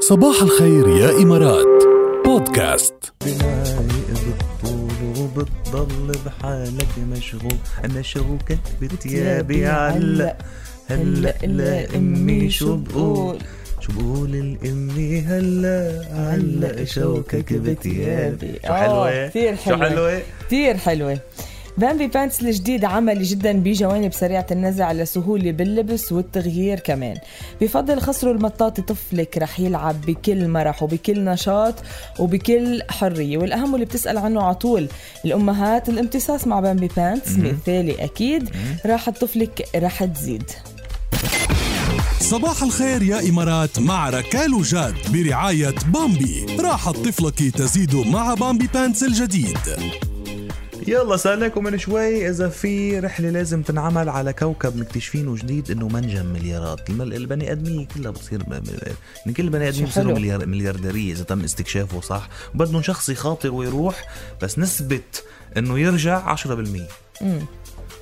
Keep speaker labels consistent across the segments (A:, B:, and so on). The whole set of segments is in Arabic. A: صباح الخير يا إمارات بودكاست
B: بلاي بالطول وبتضل بحالك مشغول مشغوكة بتيابي علق هلا لا امي شو بقول شو بقول الامي هلا علق شوكك بتيابي شو
C: آه،
B: حلوة
C: كتير
B: شو
C: حلوة.
B: حلوة
C: كتير حلوة بامبي بانتس الجديد عملي جدا بجوانب سريعة النزع لسهولة باللبس والتغيير كمان بفضل خصره المطاطي طفلك رح يلعب بكل مرح وبكل نشاط وبكل حرية والأهم اللي بتسأل عنه على طول الأمهات الامتصاص مع بامبي بانتس مثالي أكيد راحة طفلك رح تزيد
A: صباح الخير يا إمارات مع ركال وجاد برعاية بامبي راحة طفلك تزيد مع بامبي بانتس الجديد
B: يلا سألناكم من شوي إذا في رحلة لازم تنعمل على كوكب مكتشفينه جديد إنه منجم مليارات، الم- البني آدمية كلها بتصير م- م- يعني كل البني آدمية
C: شي
B: بصيروا
C: حلو.
B: مليار مليارديرية إذا تم استكشافه صح، وبدهم شخص يخاطر ويروح بس نسبة إنه يرجع 10%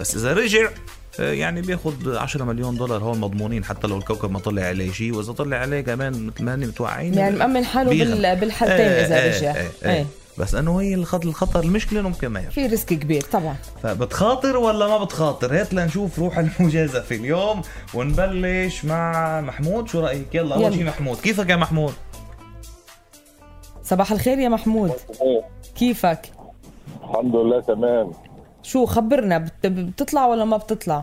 B: بس إذا رجع آه، يعني بياخد 10 مليون دولار هون مضمونين حتى لو الكوكب ما طلع عليه شيء واذا طلع عليه كمان مثل ما هن متوقعين
C: يعني مأمن حاله
B: بيغنى.
C: بال- بالحالتين إذا
B: إيه،
C: رجع
B: إيه، إيه،
C: إيه.
B: إيه. بس انه هي الخط- الخطر المشكله انه ممكن ما يرجع
C: في ريسك كبير طبعا
B: فبتخاطر ولا ما بتخاطر هات لنشوف روح المجازفه في اليوم ونبلش مع محمود شو رايك يلا اول
C: يلا.
B: شيء محمود كيفك يا محمود
C: صباح الخير يا محمود
D: إيه،
C: كيفك؟
D: الحمد لله تمام
C: شو خبرنا بت- بتطلع ولا ما بتطلع؟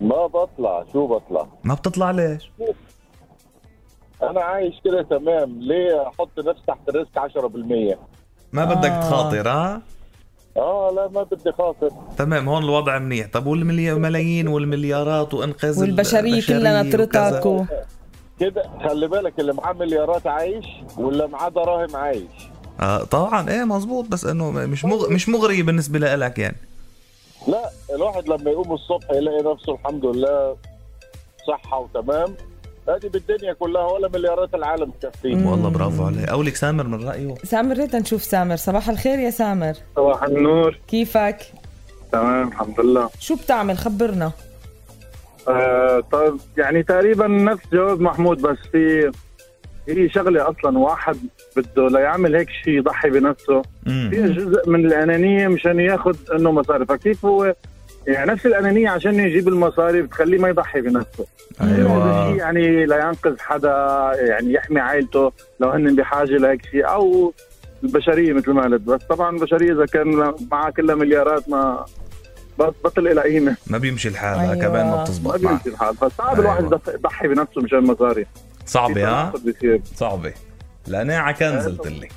D: ما بطلع شو بطلع
B: ما بتطلع ليش
D: انا عايش كده تمام ليه احط نفسي تحت الريسك 10%
B: ما بدك
C: آه.
B: تخاطر ها
D: اه لا ما بدي خاطر
B: تمام هون الوضع منيح طب والملايين والمليارات وانقاذ
C: والبشرية كلها نطرتك
B: وكذا.
C: و...
D: كده خلي بالك اللي معاه مليارات عايش واللي معاه دراهم عايش
B: آه طبعا ايه مزبوط بس انه مش مغ... مش مغري بالنسبه لك يعني
D: لا الواحد لما يقوم الصبح يلاقي نفسه الحمد لله صحه وتمام هذه بالدنيا كلها ولا مليارات العالم تكفيه
B: والله برافو عليه او لك سامر من رايه
C: سامر ريت نشوف سامر صباح الخير يا سامر
E: صباح النور
C: كيفك؟
E: تمام الحمد لله
C: شو بتعمل خبرنا
E: آه طيب يعني تقريبا نفس جواب محمود بس في هي شغله اصلا واحد بده ليعمل هيك شيء يضحي بنفسه في
B: امم
E: جزء من الانانيه مشان ياخذ انه مصاري فكيف هو يعني نفس الانانيه عشان يجيب المصاري بتخليه ما يضحي بنفسه هذا الشيء
B: ايوه
E: يعني لينقذ حدا يعني يحمي عائلته لو هن بحاجه لهيك شيء او البشريه مثل ما قلت بس طبعا البشريه اذا كان معها كلها مليارات ما بط- بطل لها قيمه
B: ما بيمشي الحال ها،
C: أيوة.
B: كمان ما
E: ما
B: بتزبط معه
E: بيمشي الحال فصعب
B: أيوة.
E: الواحد يضح- يضحي بنفسه مشان مصاري
B: صعبه ها
E: بيصير
B: صعبه لاناعة كنزلت اللي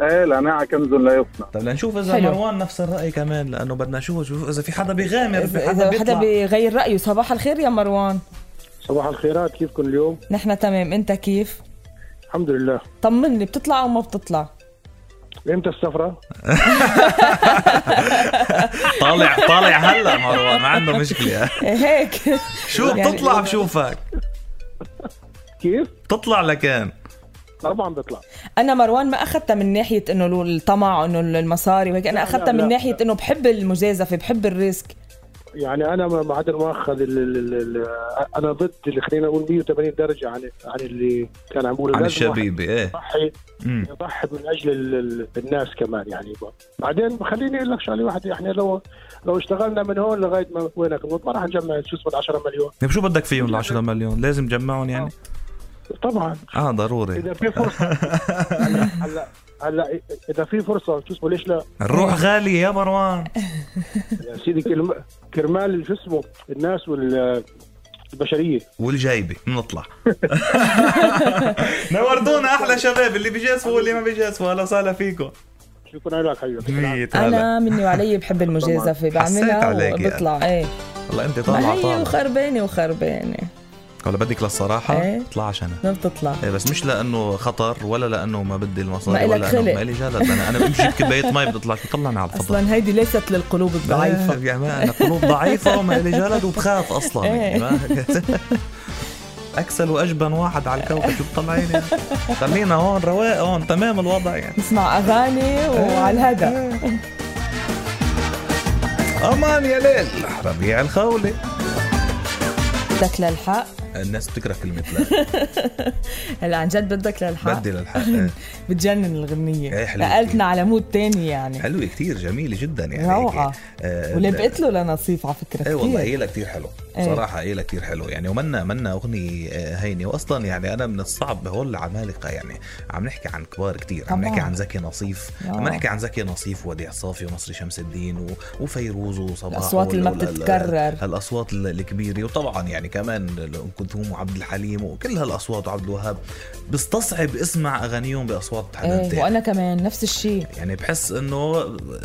E: ايه لاناعة كنز لا يفنى
B: طب طيب، لنشوف اذا
C: حلو.
B: مروان نفس الراي كمان لانه بدنا نشوف شوف اذا في حدا بيغامر في
C: إذا
B: حدا
C: إذا حدا
B: بيطلع
C: بيغير رأيه صباح الخير يا مروان
F: صباح الخيرات كيفكم اليوم؟
C: نحن تمام أنت كيف؟
F: الحمد لله
C: طمني بتطلع أو ما بتطلع؟
F: امتى السفرة؟
B: طالع طالع هلا مروان ما عنده مشكله
C: إيه هيك
B: شو
C: يعني-
B: بتطلع بشوفك
F: كيف؟
B: بتطلع لكان
F: طبعا بطلع
C: أنا مروان ما أخذتها من ناحية إنه الطمع إنه المصاري وهيك أنا
F: لا،
C: أخذتها
F: لا،
C: من
F: لا.
C: ناحية إنه بحب المجازفة بحب الريسك
F: يعني انا ما ما عاد ماخذ ال- ال- ال- انا ضد اللي خلينا نقول 180 درجه عن عن اللي كان عم يقول
B: عن الشبيبه ايه
F: يضحي
B: أمم.
F: يضحي من اجل ال- ال- الناس كمان يعني بعدين خليني اقول لك شغله واحده احنا لو لو اشتغلنا من هون لغايه ما وينك نموت ما راح نجمع شو اسمه ال 10 مليون
B: طيب شو بدك فيهم ال 10 مليون لازم تجمعهم يعني
F: طبعا
B: اه ضروري
F: اذا في فرصه هلا هلا هلا اذا في فرصه شو اسمه ليش لا؟
B: الروح غاليه يا مروان
F: يا سيدي كرم- كرمال شو اسمه الناس وال البشريه
B: والجايبه بنطلع نوردونا احلى شباب اللي بيجازفوا واللي ما بيجازفوا اهلا وسهلا فيكم
F: شكرا لك حبيبي
B: مية هلا
C: أنا مني وعلي بحب المجازفة بعملها
B: عليك يعني.
C: وبطلع إيه
B: والله انت
C: ما
B: طالعه
C: هي
B: طالعه
C: وخربانة وخربانة
B: ولا بدك للصراحه
C: إيه.
B: اطلعش انا
C: ما بتطلع
B: إيه بس مش لانه خطر ولا لانه ما بدي
C: ما
B: المصاري
C: إلك
B: ولا انه
C: خلق.
B: ما لي جلد انا انا بمشي بكبايه مي بتطلع شو طلعني على الفضل
C: اصلا هيدي ليست للقلوب الضعيفه
B: آه، يعني ما انا قلوب ضعيفه وما لي جلد وبخاف اصلا يعني
C: إيه.
B: ما- اكسل واجبن واحد على الكوكب شو بتطلعيني خلينا هون رواق هون تمام الوضع يعني
C: نسمع اغاني وعلى الهدى
B: إيه. امان يا ليل ربيع الخولي
C: بدك للحق
B: الناس بتكره كلمه لا
C: هلا عن جد بدك للحق
B: بدي للحق آه.
C: بتجنن الغنية
B: إيه حلوة
C: نقلتنا
B: كتير.
C: على مود تاني يعني
B: حلوه كتير جميله جدا يعني
C: روعة
B: آه،
C: ولبقت له لنصيف على فكرة
B: ايه والله
C: كتير.
B: قايله كتير حلو
C: إيه.
B: صراحه قايله كتير حلو يعني ومنا منا اغنيه آه، هينه واصلا يعني انا من الصعب بهول العمالقه يعني عم نحكي عن كبار كتير عم
C: طبعاً.
B: نحكي عن زكي نصيف
C: آه.
B: عم نحكي عن زكي نصيف ووديع صافي ومصري شمس الدين و- وفيروز وصباح
C: الأصوات اللي ما
B: وال- وال-
C: بتتكرر.
B: هالاصوات ال- الكبيره وطبعا يعني كمان ال- ام كلثوم وعبد الحليم وكل هالاصوات وعبد الوهاب بستصعب اسمع اغانيهم باصوات حدا
C: ايه
B: تاني.
C: وانا كمان نفس الشيء
B: يعني بحس انه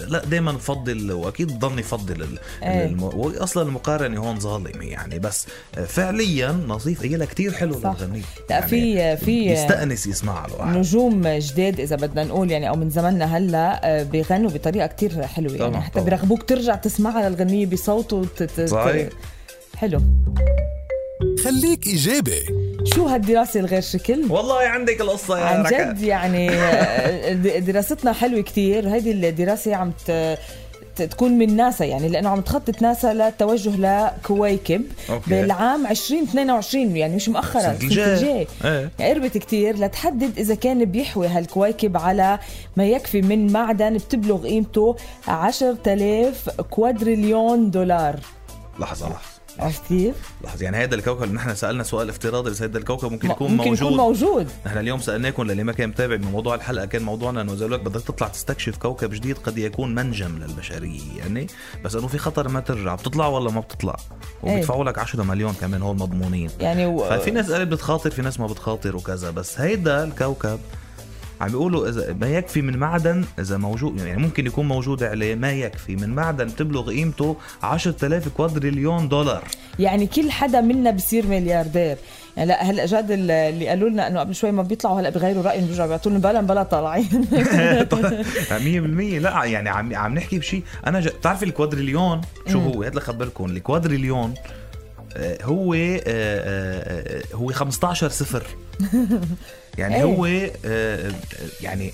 B: لا دائما بفضل واكيد ضلني افضل ال-
C: إيه.
B: الم... واصلا المقارنه هون ظالمه يعني بس فعليا نظيف قايله كتير يعني حلو
C: صح.
B: للغنية
C: لا في في
B: يستانس يسمعها الواحد
C: نجوم جداد اذا بدنا نقول يعني او من زماننا هلا آه، بيغنوا بطريقه كتير حلوه يعني
B: طبعاً،
C: حتى
B: طبعاً.
C: بيرغبوك ترجع تسمعها للغنيه بصوته وت- ت- ت-
B: صحيح.
C: حلو
A: خليك إيجابي
C: شو هالدراسه الغير شكل
B: والله عندك القصه يا
C: عن
B: ركا.
C: جد يعني آه، د- دراستنا حلوه كتير وهيدي الدراسه عم ت... ت- تكون من ناسا يعني لانه عم تخطط ناسا للتوجه لكويكب
B: أوكي.
C: بالعام 2022 يعني مش مؤخرا
B: السنة الجاي. إيه.
C: يعني قربت كتير لتحدد اذا كان بيحوي هالكويكب على ما يكفي من معدن بتبلغ قيمته 10000 كوادريليون دولار
B: لحظه لحظه
C: عرفت كيف؟
B: لحظه يعني هذا الكوكب اللي نحن سالنا سؤال افتراضي بس هذا الكوكب ممكن يكون
C: ممكن
B: موجود
C: يكون موجود
B: نحن اليوم سالناكم للي ما كان متابع من موضوع الحلقه كان موضوعنا انه اذا لك بدك تطلع تستكشف كوكب جديد قد يكون منجم للبشريه يعني بس انه في خطر ما ترجع بتطلع ولا ما بتطلع وبيدفعوا لك 10 مليون كمان هول مضمونين
C: يعني و...
B: ففي ناس قالت بتخاطر في ناس ما بتخاطر وكذا بس هيدا الكوكب عم بيقولوا اذا ما يكفي من معدن اذا موجود يعني ممكن يكون موجود عليه ما يكفي من معدن بتبلغ قيمته 10000 كوادريليون دولار
C: يعني كل حدا منا بصير ملياردير يعني لا هلا جاد ال- اللي قالوا لنا انه قبل شوي ما بيطلعوا هلا بغيروا رايهم بيرجعوا بيعطوا لنا بلا بلا طالعين
B: 100% لا يعني عم عم نحكي بشيء انا ج... بتعرفي الكوادريليون شو هو هات لخبركم الكوادريليون آه، هو آه، آه، آه، هو 15 صفر يعني
C: إيه.
B: هو آه، آه، يعني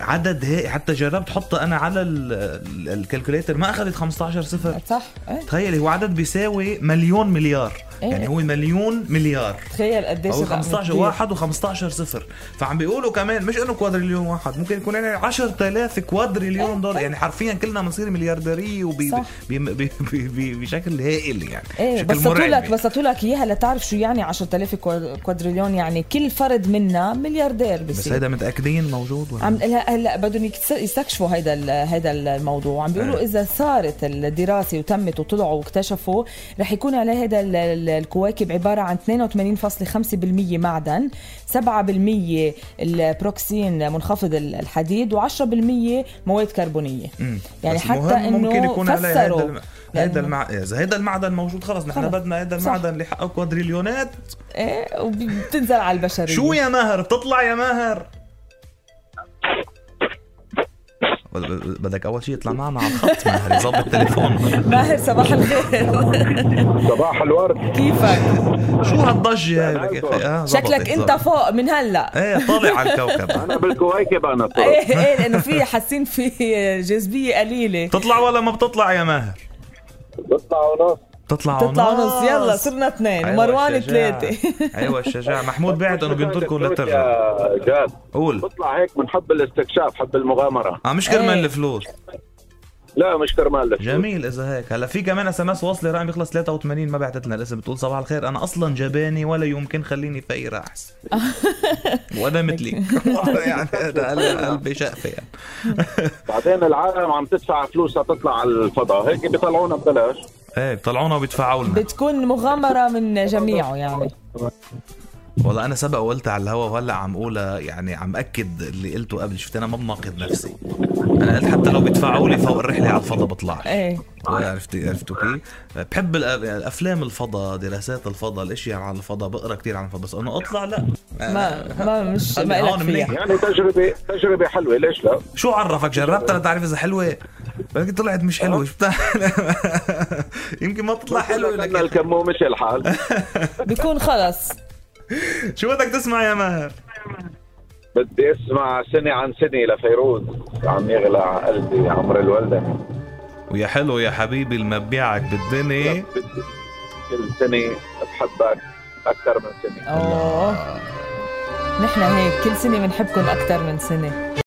B: عدد هي حتى جربت حطه انا على ال- ال- الكالكوليتر ما اخذت 15 صفر
C: صح إيه.
B: تخيلي هو عدد بيساوي مليون مليار
C: إيه.
B: يعني هو مليون مليار
C: تخيل قديش
B: هو
C: الرقم
B: 15
C: كبير.
B: واحد و15 صفر فعم بيقولوا كمان مش انه كوادريليون واحد ممكن يكون يعني 10000 كوادريليون دولار يعني حرفيا كلنا بنصير مليارديريه وب-
C: إيه. صح.
B: ب- ب- ب- ب- بشكل هائل يعني
C: ايه
B: بشكل
C: بسطوا
B: مرعب
C: لك
B: يعني.
C: بسطوا لك اياها لتعرف شو يعني 10000 كوا- كوادريليون يعني كل فرد منا ملياردير
B: بس
C: بصير
B: هيدا متاكدين موجود ولا
C: يعني. عم هلا هلا بدهم يكس- يستكشفوا هيدا ال- هيدا الموضوع عم بيقولوا
B: إيه.
C: اذا صارت الدراسه وتمت وطلعوا واكتشفوا رح يكون على هيدا ال- ال- الكواكب عباره عن 82.5% معدن 7% البروكسين منخفض ال- الحديد و10% مواد كربونيه
B: مم.
C: يعني
B: بس
C: حتى
B: المهم
C: إنه
B: ممكن يكون عليه
C: فسروا.
B: هيدا الم- هيدا
C: لأنه-
B: المع... اذا هيدا المعدن موجود خلص نحن
C: خلص.
B: بدنا هيدا
C: صح.
B: المعدن اللي حقه كوادريليونات
C: ايه وبتنزل على البشريه
B: شو يا ماهر بتطلع يا ماهر بدك اول شيء يطلع معنا على الخط ماهر يظبط تليفونه
C: ماهر صباح الخير
E: صباح الورد
C: كيفك
B: شو هالضجه هاي لك يا اخي آه، زبط،
C: شكلك انت
B: زبط.
C: فوق من هلا
B: ايه طالع على الكوكب
E: انا بالكويكب انا صرت
C: ايه ايه لانه في حاسين في جاذبيه قليله
B: بتطلع ولا ما بتطلع يا ماهر
E: بطلع ونص
B: بتطلع
C: تطلع نص يلا صرنا اثنين
B: أيوة
C: ومروان
B: الشجاعة.
C: ثلاثه
B: ايوه الشجاعه محمود بعد انه بينطركم لترجع
E: يا جاد
B: قول
E: بطلع هيك من حب الاستكشاف حب المغامره
B: اه مش كرمال
C: إيه.
B: الفلوس
E: لا مش كرمال لك
B: جميل اذا هيك هلا في كمان اس ام اس واصله رقم يخلص 83 ما بعثت لنا الاسم بتقول صباح الخير انا اصلا جباني ولا يمكن خليني فقيره احسن وانا مثلي يعني هذا قلب- قلبي شقفه يعني
E: بعدين العالم عم تدفع فلوسها تطلع على الفضاء هيك بيطلعونا ببلاش
B: ايه بيطلعونا وبيدفعوا لنا
C: بتكون مغامره من جميعه يعني
B: والله انا سبق وقلت على الهوا وهلا عم قولها يعني عم اكد اللي قلته قبل شفت انا ما بناقض نفسي انا قلت حتى لو بيدفعوا لي فوق الرحله على الفضاء بطلع
C: ايه
B: عرفت عرفتوا كيف؟ بحب الأ- الافلام الفضاء دراسات الفضاء الاشياء عن الفضاء بقرا كثير عن الفضاء بس انه اطلع لا
C: ما ما مش
B: خلي
C: ما لك
B: هون منيح.
C: فيها
E: يعني تجربه تجربه حلوه ليش لا؟
B: شو عرفك جربتها لتعرف اذا حلوه لكن طلعت مش حلوه شو بتاع يمكن ما تطلع حلوه
E: لكن
B: لكن
E: الكمو مش الحال
C: بيكون خلص
B: شو بدك تسمع يا ماهر؟
E: بدي اسمع سنه عن سنه لفيروز عم يغلى على قلبي عمر الولدني
B: ويا حلو يا حبيبي المبيعك بالدنيا
E: بدي كل سنه بحبك
D: اكثر من سنه
C: اوه نحن هيك كل سنه بنحبكم اكثر من سنه